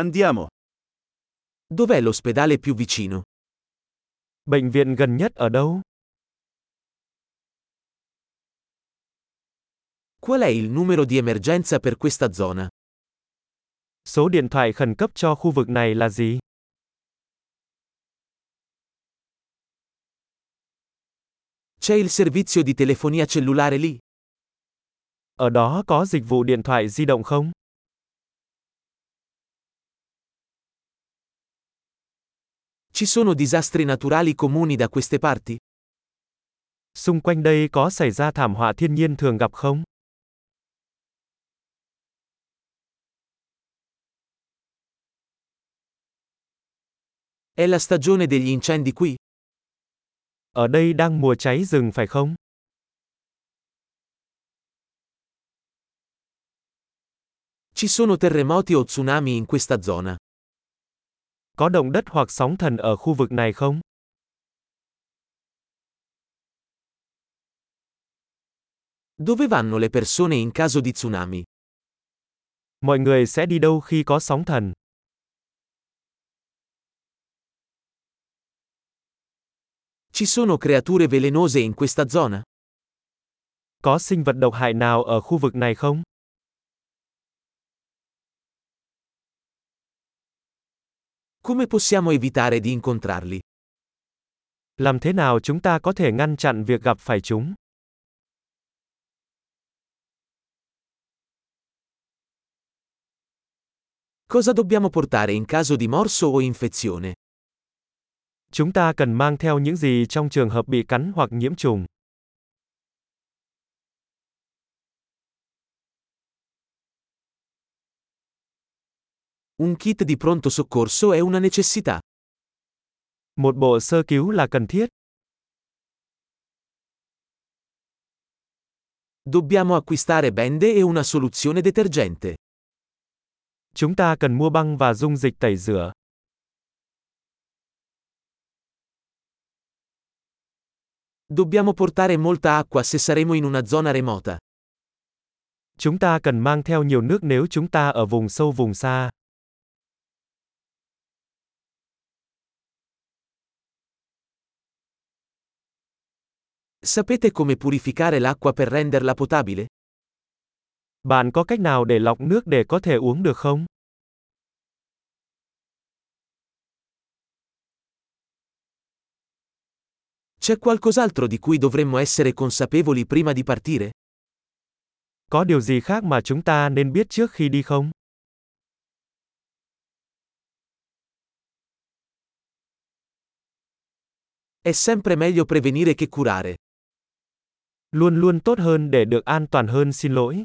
Andiamo. Dov'è l'ospedale più vicino? Bệnh viện gần nhất ở đâu? Qual è il numero di emergenza per questa zona? Số điện thoại khẩn cấp cho khu vực này là gì? C'è il servizio di telefonia cellulare lì? Ở đó có dịch vụ điện thoại di động không? Ci sono disastri naturali comuni da queste parti? Xung quanh đây có xảy ra thảm họa thiên nhiên thường gặp không? È la stagione degli incendi qui? Ở đây đang mùa cháy rừng phải không? Ci sono terremoti o tsunami in questa zona? Có động đất hoặc sóng thần ở khu vực này không? Dove vanno le persone in caso di tsunami? Mọi người sẽ đi đâu khi có sóng thần? Ci sono creature velenose in questa zona? Có sinh vật độc hại nào ở khu vực này không? Come possiamo evitare di incontrarli? Làm thế nào chúng ta có thể ngăn chặn việc gặp phải chúng? Cosa dobbiamo portare in caso di morso o infezione? Chúng ta cần mang theo những gì trong trường hợp bị cắn hoặc nhiễm trùng? Un kit di pronto soccorso è una necessità. Một bộ sơ cứu là cần thiết. Dobbiamo acquistare bende e una soluzione detergente. Chúng ta cần mua băng và dung dịch tẩy rửa. Dobbiamo portare molta acqua se saremo in una zona remota. Chúng ta cần mang theo nhiều nước nếu chúng ta ở vùng sâu vùng xa. Sapete come purificare l'acqua per renderla potabile? Bạn có cách nào để lọc nước để có thể uống được không? C'è qualcos'altro di cui dovremmo essere consapevoli prima di partire? Có điều gì khác mà chúng ta nên biết trước khi đi không? È sempre meglio prevenire che curare. Luôn luôn tốt hơn để được an toàn hơn xin lỗi.